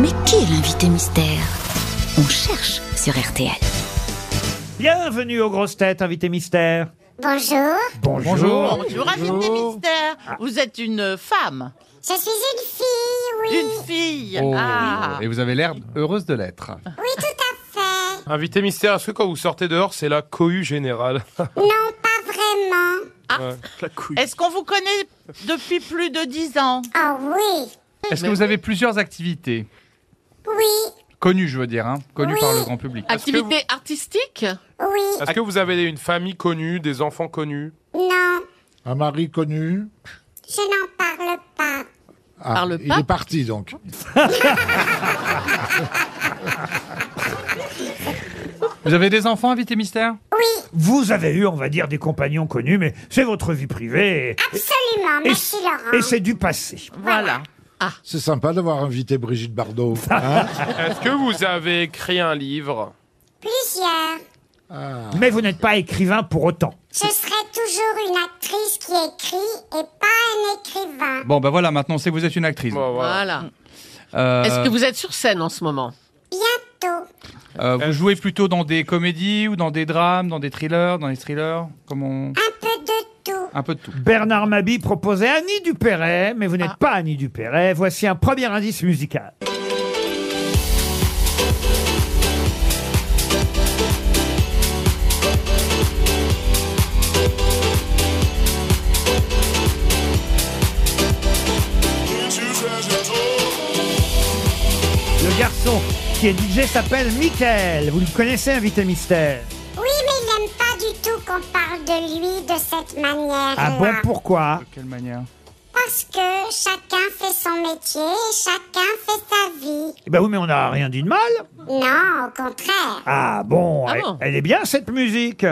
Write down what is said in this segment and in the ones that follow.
Mais qui est l'invité mystère On cherche sur RTL. Bienvenue aux grosses têtes, invité mystère. Bonjour, Bonjour. Bonjour, invité mystère. Ah. Vous êtes une femme, je suis une fille, oui. une fille. Oh, ah. Et vous avez l'air heureuse de l'être. Oui, tout à fait. Invité mystère, est-ce que quand vous sortez dehors, c'est la cohue générale Non, pas vraiment. Ouais. La couille. Est-ce qu'on vous connaît depuis plus de 10 ans Ah oui, Est-ce que vous avez plusieurs activités oui, Connues, je veux dire, hein, connues Oui. par le grand public. Activité artistique oui, Est-ce que vous avez une famille connue, des enfants connus non. Un mari connu. Je n'en parle pas. Ah, Parle il pas. est parti donc. Vous avez des enfants, invité mystère Oui, Vous avez eu, on va dire, des compagnons connus, mais c'est votre vie privée. absolument. Et, et- Merci, Laurent. et c'est du passé. Voilà. C'est sympa d'avoir invité Brigitte Bardot. hein Est-ce que vous avez écrit un livre Plusieurs. Mais vous n'êtes pas écrivain pour autant. Je serai toujours une actrice qui écrit et pas un écrivain. Bon, ben voilà, maintenant, c'est que vous êtes une actrice. Bon, voilà. Voilà. Euh, Est-ce que vous êtes sur scène en ce moment Bientôt. euh, vous jouez plutôt dans des comédies ou dans des drames, dans des thrillers, dans des thrillers comme on... Un peu de tout. Un peu de tout. Bernard Mabi proposait Annie Dupéret, mais vous n'êtes pas Annie Dupéret. Voici un premier indice musical. Le garçon qui est DJ s'appelle Michael. Vous le connaissez, invité mystère. Oui, mais il n'aime pas du tout qu'on parle de lui de cette manière-là. Ah bon, pourquoi De quelle manière Parce que chacun fait son métier et chacun fait sa vie. Eh ben oui, mais on n'a rien dit de mal. Non, au contraire. Ah bon, Ah elle, bon elle est bien cette musique.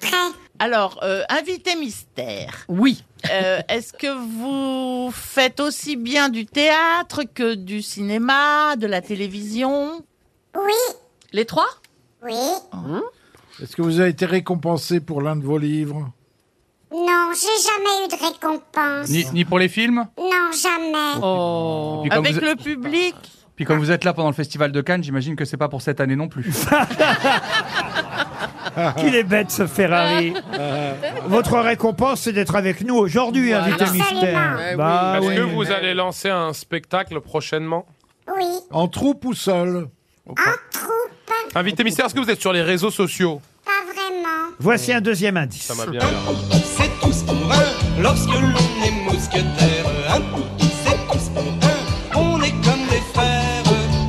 Très. Alors, euh, invité mystère, Oui. euh, est-ce que vous faites aussi bien du théâtre que du cinéma, de la télévision Oui, Les trois oui. Est-ce que vous avez été récompensé pour l'un de vos livres Non, j'ai jamais eu de récompense. ni, ni pour les films Non, jamais. Oh. Puis comme Avec vous- Ah. le public Puis Ah. comme vous êtes là pendant le festival de Cannes, j'imagine que c'est pas pour cette année non plus. Qu'il est bête ce Ferrari. Votre récompense, c'est d'être avec nous aujourd'hui, Voilà. invité Absolument. mystère. Eh oui. Bah Est-ce oui. que vous allez lancer un spectacle prochainement Oui, En troupe ou seul en troupe, Invité mystère, est-ce que vous êtes sur les réseaux sociaux pas vraiment. Voici un deuxième indice. Ça m'a bien l'air. C'est tous pour un lorsque l'on est mousquetaire. Un pour tous, c'est tous pour un. On est comme des frères.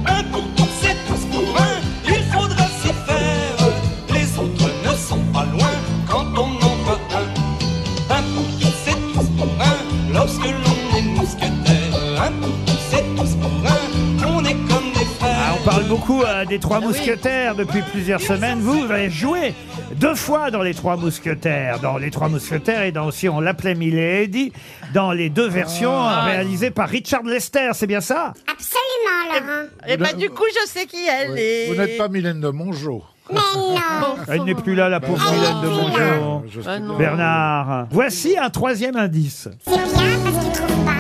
Un pour tous, c'est tous pour un. Il faudra s'y faire. Les autres ne sont pas loin quand on en voit un. Un pour tous, c'est tous pour un. Lorsque l'on est mousquetaire. Un pour tous, c'est tous pour un. On est comme des frères. Ah, on parle beaucoup euh, des Trois Mousquetaires depuis plusieurs semaines. Vous, vous avez joué deux fois dans les Trois Mousquetaires, dans les Trois Mousquetaires et dans aussi on l'appelait Milady, dans les deux versions euh, réalisées par Richard Lester. C'est bien ça Absolument, Laurent. Eh ben, du coup, je sais qui elle est. Vous n'êtes pas Mylène de Mongeau. Mais Oh. non. Elle n'est plus là, la Bah pauvre oui. Mylène de Ah. Mongeau. Je Ah sais non. pas. Bernard, voici un troisième indice. C'est bien parce qu'il trouve pas.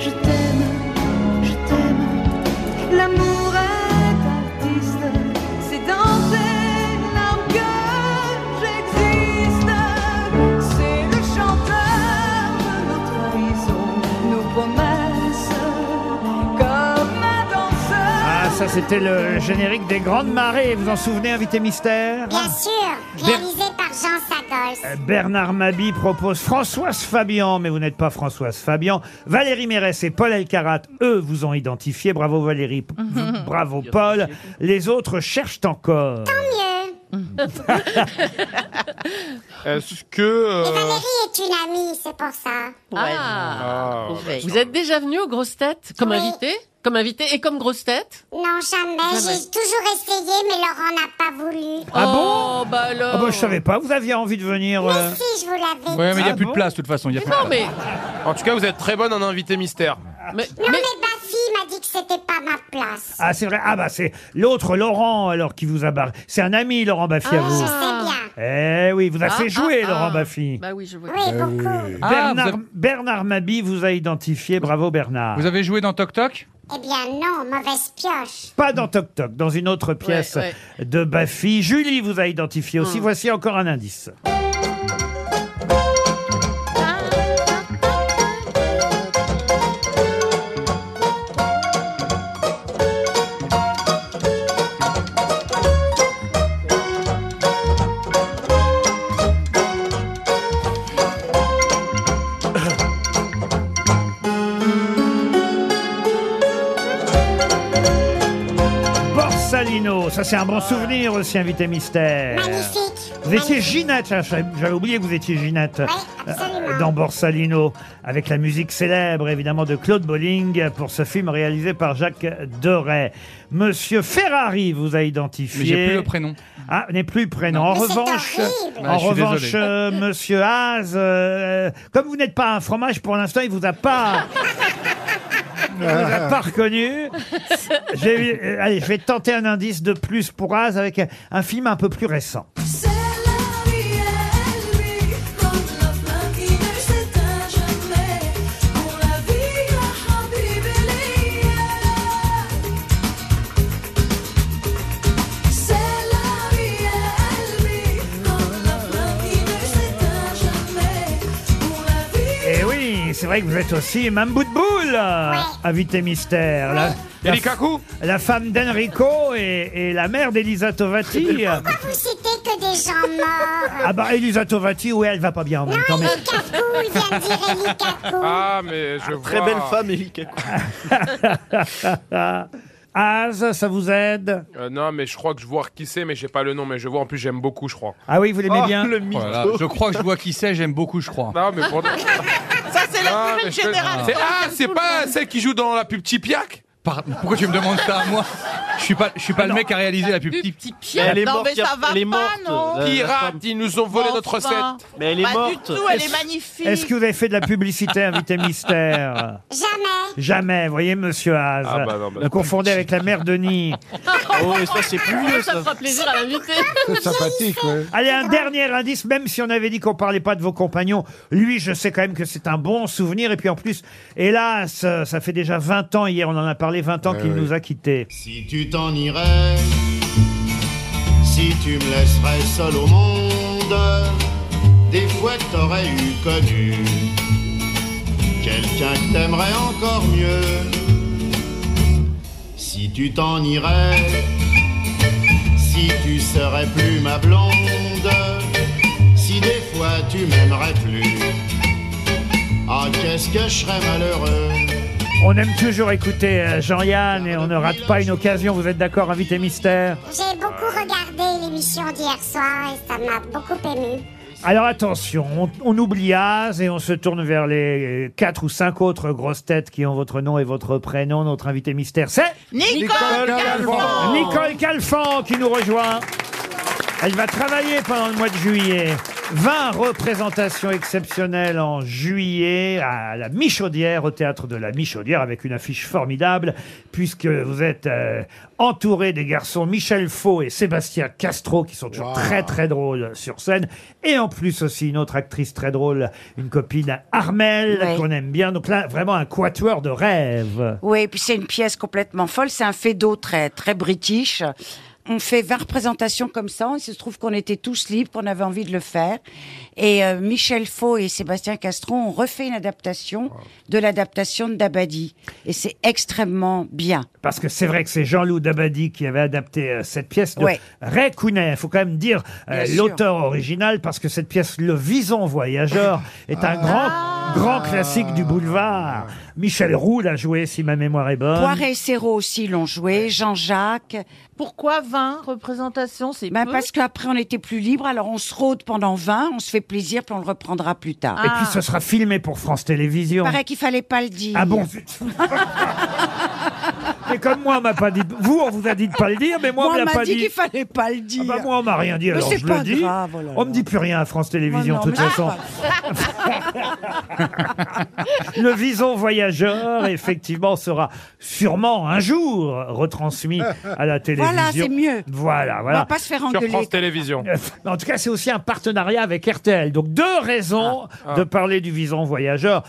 Je t'aime, je t'aime. L'amour est artiste, c'est dans tes larmes que j'existe. C'est le chanteur de notre horizon, nos promesses, comme un danseur. Ah, ça c'était le générique des Grandes Marées. Vous en souvenez, invité mystère Bien sûr, réalisé par Jean Eh. Sadols. Bernard Mabi propose Françoise Fabian, mais vous n'êtes pas Françoise Fabian. Valérie Mérès et Paul Elkarat, eux, vous ont identifié. Bravo Valérie, p- Mhm. bravo Paul. Les autres cherchent encore. Mieux. Est-ce que... euh, Et Valérie est une amie, c'est pour ça. Ouais. Ah. ah, bah, Pauvre. Vous êtes déjà venu aux grosses têtes comme Oui. invité Comme invité et comme grosse tête Non, jamais. Jamais. J'ai toujours essayé, mais Laurent n'a pas voulu. Ah Oh, bah alors. Ah bah, je savais pas, vous aviez envie de venir. euh. Mais si, je vous l'avais Ouais, mais il dit. n'y a Ah plus bon de place de toute façon. il Y a plus de Non, place. mais. En tout cas, vous êtes très bonne en invité mystère. mais, Non, mais- mais ma fille m'a dit que c'était pas ma place. Ah, c'est vrai. Ah, bah, c'est l'autre Laurent, alors, qui vous a barré. C'est un ami, Laurent Baffy, à vous. Je sais bien. Eh oui, vous a fait Ah, jouer, ah, Laurent ah. Baffy. Bah oui, je vois. Oui, Ah oui. beaucoup. Ah, Bernard, vous avez- Bernard Mabi vous a identifié. Bravo, Bernard. Vous avez joué dans Toc Toc Eh bien non, mauvaise pioche. Pas dans Toc Toc, dans une autre pièce Ouais, Hmm. de Baffy. Julie vous a identifié aussi. Voici encore un indice. Borsalino, ça c'est un Ah. bon souvenir aussi, invité mystère. Magnifique. Euh, Vous étiez Magnifique. Ginette, là, j'avais j'avais oublié que vous étiez Ginette. Oui, absolument. euh, Dans Borsalino, avec la musique célèbre évidemment de Claude Bolling pour ce film réalisé par Jacques Doré. Monsieur Ferrari vous a identifié. Mais j'ai plus le prénom. Ah, n'est plus prénom. En Mais c'est revanche, horrible. Ah, en je suis revanche, désolé. euh, Monsieur Haas, euh, comme vous n'êtes pas un fromage pour l'instant, il vous a pas. il vous a pas reconnu. J'ai- euh, allez, je vais tenter un indice de plus pour Haas avec un- un film un peu plus récent. C'est la vie à lui, comme la flamme qui ne s'éteint jamais. Pour la vie à Habib C'est la vie à lui, comme la flamme qui ne s'éteint jamais. Pour la vie Et Eh oui, c'est vrai que vous êtes aussi Mme bout de boule, invité mystère. La, la- Eli Kaku la femme d'Enrico et, et la mère d'Elisa Tovati. Pourquoi vous citez que des gens morts Ah bah Elisa Tovati, oui, elle va pas bien en même temps. mais- Eli Kaku, il vient de dire Eli Kaku. Ah, mais je vois. Très belle femme, Elika. Az, ça vous aide Euh, non, mais je crois que je vois qui c'est, mais j'ai pas le nom, mais je vois. En plus, j'aime beaucoup, je crois. Ah oui, vous l'aimez bien le mytho. Voilà, Oh je crois que je vois qui c'est, j'aime beaucoup, je crois. Non, mais pour. Ça, c'est la Ah, mais nouvelle je connais- génération. C'est- Ah, c'est pas celle qui joue dans la pub Tipiac Pardon, pourquoi tu me demandes ça à moi Je suis pas, je suis pas le mec à réaliser la plus Du petite. petit pire. Elle est Non, morte. mais ça va elle est pas, morte. euh, non. la- la Pirates, femme. ils nous ont volé notre Enfin, recette. Mais elle est Pas du morte. tout, elle est Est-ce- magnifique. Est-ce que vous avez fait de la publicité, invité mystère Jamais. Jamais, voyez, monsieur Az. Ah bah non, bah- vous confondez avec la mère de Denis. Oh, et ça, c'est plus vieux, Ça ça. fera plaisir à l'invité. C'est sympathique, ouais. Allez, un dernier indice, même si on avait dit qu'on parlait pas de vos compagnons, lui, je sais quand même que c'est un bon souvenir. Et puis en plus, hélas, euh, ça fait déjà 20 ans, hier on en a parlé, 20 Eh ans qu'il nous a quittés. Si tu t'en irais, si tu me laisserais seul au monde, des fois t'aurais eu connu quelqu'un que t'aimerais encore mieux. Si tu t'en irais, si tu serais plus ma blonde, si des fois tu m'aimerais plus, ah qu'est-ce que je serais malheureux. On aime toujours écouter euh, Jean-Yann et on ne rate pas une occasion, vous êtes d'accord, invité mystère J'ai beaucoup regardé l'émission d'hier soir et ça m'a beaucoup ému. Alors attention, on, on oublie Az et on se tourne vers les quatre ou cinq autres grosses têtes qui ont votre nom et votre prénom. Notre invité mystère, c'est Nicole Calvon. Nicole Calfan qui nous rejoint. Elle va travailler pendant le mois de juillet. 20 représentations exceptionnelles en juillet à la Michaudière, au théâtre de la Michaudière, avec une affiche formidable, puisque vous êtes euh, entouré des garçons Michel Faux et Sébastien Castro, qui sont toujours très très drôles sur scène. Et en plus aussi une autre actrice très drôle, une copine Armel, Ouais. qu'on aime bien. Donc là, vraiment un quatuor de rêve. Oui, et puis c'est une pièce complètement folle. C'est un fait d'eau très, très british. On fait 20 représentations comme ça. Il se trouve qu'on était tous libres, qu'on avait envie de le faire. Et euh, Michel Faux et Sébastien Castron ont refait une adaptation de l'adaptation de Dabadi. Et c'est extrêmement bien. Parce que c'est vrai que c'est Jean-Loup Dabadi qui avait adapté euh, cette pièce de Ouais. Ray Kounet. Il faut quand même dire euh, Bien sûr. l'auteur original, parce que cette pièce, Le Vison Voyageur, est un grand, Ah. grand classique du boulevard. Michel Roux l'a joué, si ma mémoire est bonne. Poiré et Serrault aussi l'ont joué, Jean-Jacques. Pourquoi 20 représentations C'est Ben peu parce qu'après, on était plus libres. Alors, on se rôde pendant 20, on se fait plaisir, puis on le reprendra plus tard. Et Ah. puis ce sera filmé pour France Il Télévisions. paraît qu'il fallait pas le dire. Ah bon zut. Mais comme moi, on m'a pas dit. Vous, on vous a dit de pas le dire, mais moi, on Moi, on me l'a m'a pas dit, dit. qu'il fallait pas le dire. Ah bah moi, on m'a rien dit, alors c'est je le pas dis. grave, Ah, oh là On là. me dit plus rien à France Télévisions, Moi, de non, toute mais façon. Le Vison Voyageur, effectivement, sera sûrement un jour retransmis à la télévision. Voilà, c'est mieux. Voilà, On va voilà. pas se faire Sur engueuler. France Télévisions. Mais En tout cas, c'est aussi un partenariat avec RTL. Donc, deux raisons de parler du Vison Voyageur.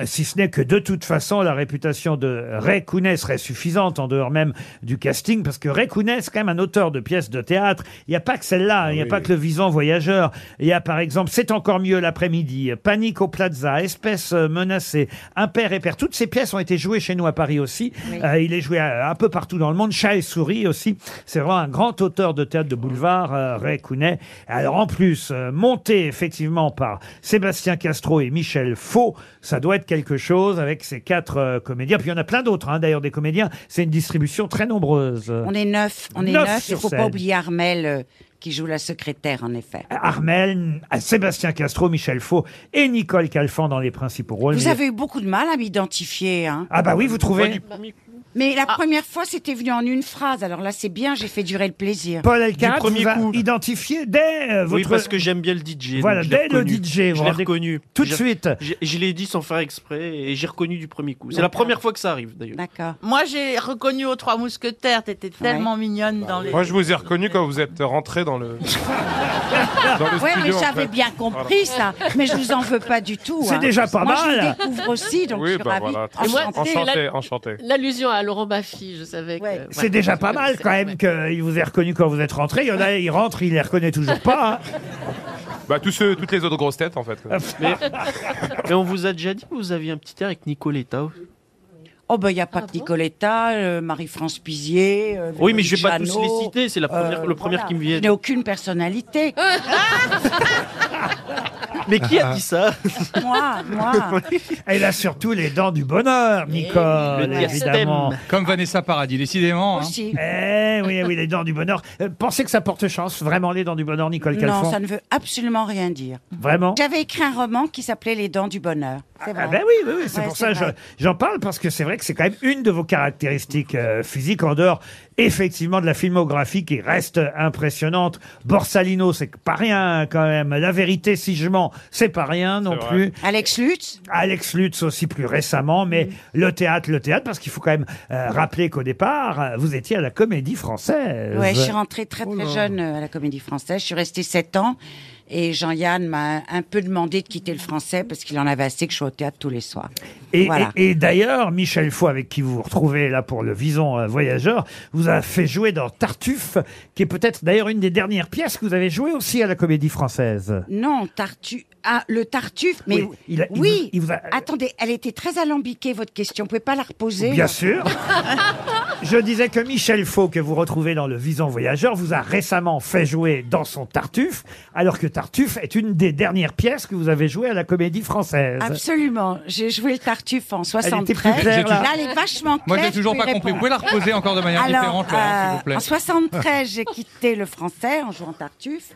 Euh, Si ce n'est que de toute façon, la réputation de Ray Kounet serait suffisante en dehors même du casting, parce que Ray Kounet, c'est quand même un auteur de pièces de théâtre. Il n'y a pas que celle-là, hein, il n'y a pas que le Visant Voyageur. Il y a par exemple C'est encore mieux l'après-midi, Panique au Plaza, Espèces euh, menacées, Impair et Père. Toutes ces pièces ont été jouées chez nous à Paris aussi. Oui. Euh, il est joué euh, un peu partout dans le monde. Chat et souris aussi. C'est vraiment un grand auteur de théâtre de boulevard, euh, Ray Kounet. Alors en plus, euh, monté effectivement par Sébastien Castro et Michel Faux, ça doit être quelque chose avec ces quatre euh, comédiens. Puis il y en a plein d'autres, hein, d'ailleurs, des comédiens. C'est une distribution très nombreuse. On est neuf, on est Neuf neuf. Il sur faut pas scène. oublier Armel euh, qui joue la secrétaire, en effet. Euh, Armel, à Sébastien Castro, Michel Faux et Nicole Calfan dans les principaux rôles. Vous Mais- avez eu beaucoup de mal à m'identifier. Hein. Ah bah oui, vous trouvez Mais Ah. la première fois, c'était venu en une phrase. Alors là, c'est bien, j'ai fait durer le plaisir. Paul Elkarat vous a identifié dès euh, votre... Oui, parce que j'aime bien le DJ. Voilà, donc je l'ai dès le reconnu. DJ. vous Je l'ai rendez- reconnu. Tout de J'ai- suite. j'ai- Je l'ai dit sans faire exprès et j'ai reconnu du premier coup. C'est la D'accord. première fois que ça arrive d'ailleurs. D'accord. Moi, j'ai reconnu aux Trois Mousquetaires. T'étais tellement Bah mignonne dans les. Moi, je vous ai reconnu quand vous êtes rentré dans le. dans le ouais, mais studio, en j'avais fait. bien compris Voilà. ça. Mais je vous en veux pas du tout. C'est hein. déjà pas Moi, mal. Je vous découvre aussi, donc Oui, je suis bah ravie. voilà, Et moi, enchanté, c'est la- enchanté. L'allusion à Laurent Baffy, je savais que. voilà. C'est déjà pas mal quand même qu'il vous ait reconnu quand vous êtes rentré. Il y en a, il rentre, il les reconnaît toujours pas. hein. Bah, tous ceux, toutes les autres grosses têtes, en fait. Mais, mais on vous a déjà dit que vous aviez un petit air avec Nicoletta. Oh, ben, il n'y a Ah pas que Nicoletta, euh, Marie-France Pizier. euh, Oui, mais je vais pas Véronique tous les Jeannot, citer, c'est la première- le premier qui me vient. Euh, Je n'ai aucune personnalité. Mais qui a dit ça Moi, moi. Elle a surtout les dents du bonheur, Eh Nicole, Le diastème. évidemment. Comme Vanessa Paradis, décidément. hein. Eh oui, eh oui, les dents du bonheur. Euh, Pensez que ça porte chance, vraiment, les dents du bonheur, Nicole Calfon Non, ça ne veut absolument rien dire. Vraiment J'avais écrit un roman qui s'appelait Les Dents du Bonheur. C'est vrai. Ah ben oui, oui, oui, c'est Ouais, pour ça je- vrai. j'en parle parce que c'est vrai que c'est quand même une de vos caractéristiques euh, physiques en dehors effectivement de la filmographie qui reste impressionnante. Borsalino, c'est pas rien quand même. La vérité, si je mens, c'est pas rien non C'est vrai. plus. Alex Lutz Alex Lutz aussi plus récemment, mais Mm. le théâtre, le théâtre, parce qu'il faut quand même euh, rappeler qu'au départ, euh, vous étiez à la comédie française. Ouais, je suis rentrée très Oh très là. jeune euh, à la Comédie Française. Je suis restée 7 ans et Jean-Yann m'a un peu demandé de quitter le français parce qu'il en avait assez que je sois au théâtre tous les soirs. Et, voilà. et- et d'ailleurs, Michel Faux, avec qui vous vous retrouvez là pour le Vison euh, Voyageur, vous a fait jouer dans Tartuffe, qui est peut-être d'ailleurs une des dernières pièces que vous avez jouées aussi à la Comédie Française. Non, Tartuffe. Ah, le Tartuffe, mais Oui, oui. il a- il vous- il vous a- Attendez, elle était très alambiquée, votre question. Vous pouvez pas la reposer Bien sûr. Je disais que Michel Faux, que vous retrouvez dans le Vison Voyageur, vous a récemment fait jouer dans son Tartuffe, alors que Tartuffe est une des dernières pièces que vous avez jouées à la Comédie Française. Absolument. J'ai joué le Tartuffe en Elle était 73. plus claire, là. là. elle est vachement claire. Moi, j'ai toujours je pas peux y compris. Vous pouvez la répondre. reposer encore de manière Alors, euh, différente, Laurent, s'il vous plaît. En 73, j'ai quitté le français en jouant Tartuffe.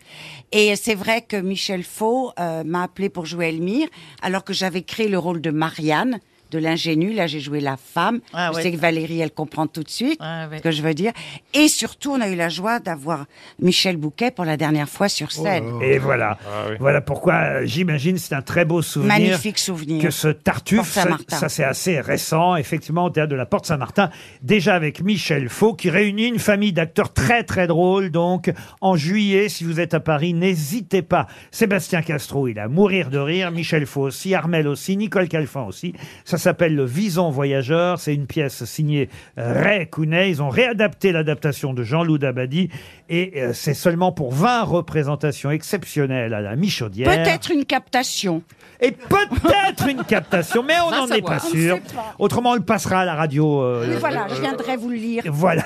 Et c'est vrai que Michel Faux euh, m'a appelé pour jouer Elmire, alors que j'avais créé le rôle de Marianne de l'ingénue, là j'ai joué la femme. Ah je ouais. sais que Valérie, elle comprend tout de suite Ah ouais. ce que je veux dire. Et surtout, on a eu la joie d'avoir Michel Bouquet pour la dernière fois sur scène. Et voilà. Voilà pourquoi, euh, j'imagine, c'est un très beau Oh. souvenir. Magnifique souvenir. Que ce Tartuffe, Porte ça, Saint-Martin. ça, c'est assez récent, effectivement, au théâtre de la Porte Saint-Martin, déjà avec Michel Faux, qui réunit une famille d'acteurs très très drôles. Donc, en juillet, si vous êtes à Paris, n'hésitez pas. Sébastien Castro, il a à mourir de rire. Michel Faux aussi, Armel aussi, Nicole Calfan aussi. Ça s'appelle Le Vison Voyageur. C'est une pièce signée euh, Ray Kounet. Ils ont réadapté l'adaptation de Jean-Loup Dabadi. Et euh, c'est seulement pour 20 représentations exceptionnelles à la Michaudière. Peut-être une captation. Et peut-être une captation, mais on Va n'en est savoir. pas On ne sûr. sait pas. Autrement, on le passera à la radio. euh, Et voilà, euh, je viendrai vous le lire. Voilà.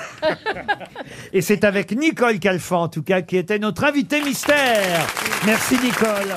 Et c'est avec Nicole Calfan, en tout cas, qui était notre invitée mystère. Merci, Nicole.